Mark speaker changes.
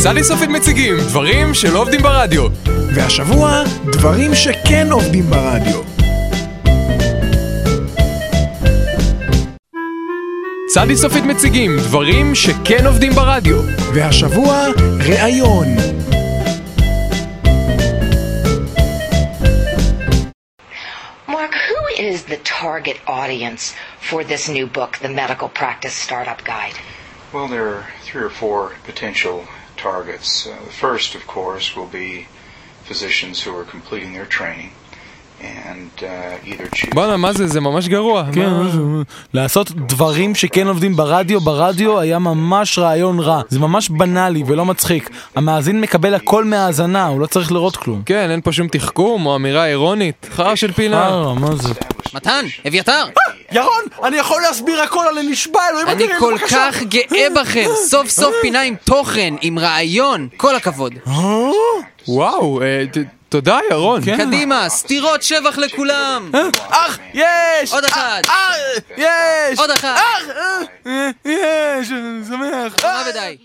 Speaker 1: סלי סופית מציגים דברים שלא עובדים ברדיו.
Speaker 2: והשבוע, דברים שכן עובדים ברדיו.
Speaker 1: סלי סופית מציגים דברים שכן עובדים ברדיו.
Speaker 2: והשבוע, ראיון.
Speaker 3: Mark, who is the target audience for this new book, The Medical Practice Startup Guide?
Speaker 4: Well, there are three or four potential targets. Uh, the first, of course, will be physicians who are completing their training and uh, either choose.
Speaker 1: בואנה, מה זה? זה ממש גרוע.
Speaker 5: כן,
Speaker 1: מה-
Speaker 5: משהו- לעשות דברים שכן עובדים ברדיו, ברדיו היה ממש רעיון רע. זה ממש בנאלי ולא מצחיק. המאזין מקבל הכל מהאזנה, הוא לא צריך לראות כלום.
Speaker 1: כן, אין פה שום תחכום או אמירה אירונית. חרא של פינה.
Speaker 5: אה, מה זה?
Speaker 6: מתן, אביתר,
Speaker 5: ירון, אני יכול להסביר הכל, אני נשבע, אלוהים
Speaker 6: אני כל כך גאה בכם, סוף סוף פינה עם תוכן, עם רעיון, כל הכבוד.
Speaker 1: וואו, אה, ת- תודה, ירון.
Speaker 6: קדימה, סטירות שבח לכולם!
Speaker 5: אח, יש!
Speaker 6: עוד אחת!
Speaker 5: אה, יש!
Speaker 6: עוד אחת!
Speaker 5: יש! אני שמח!
Speaker 6: מה ודי?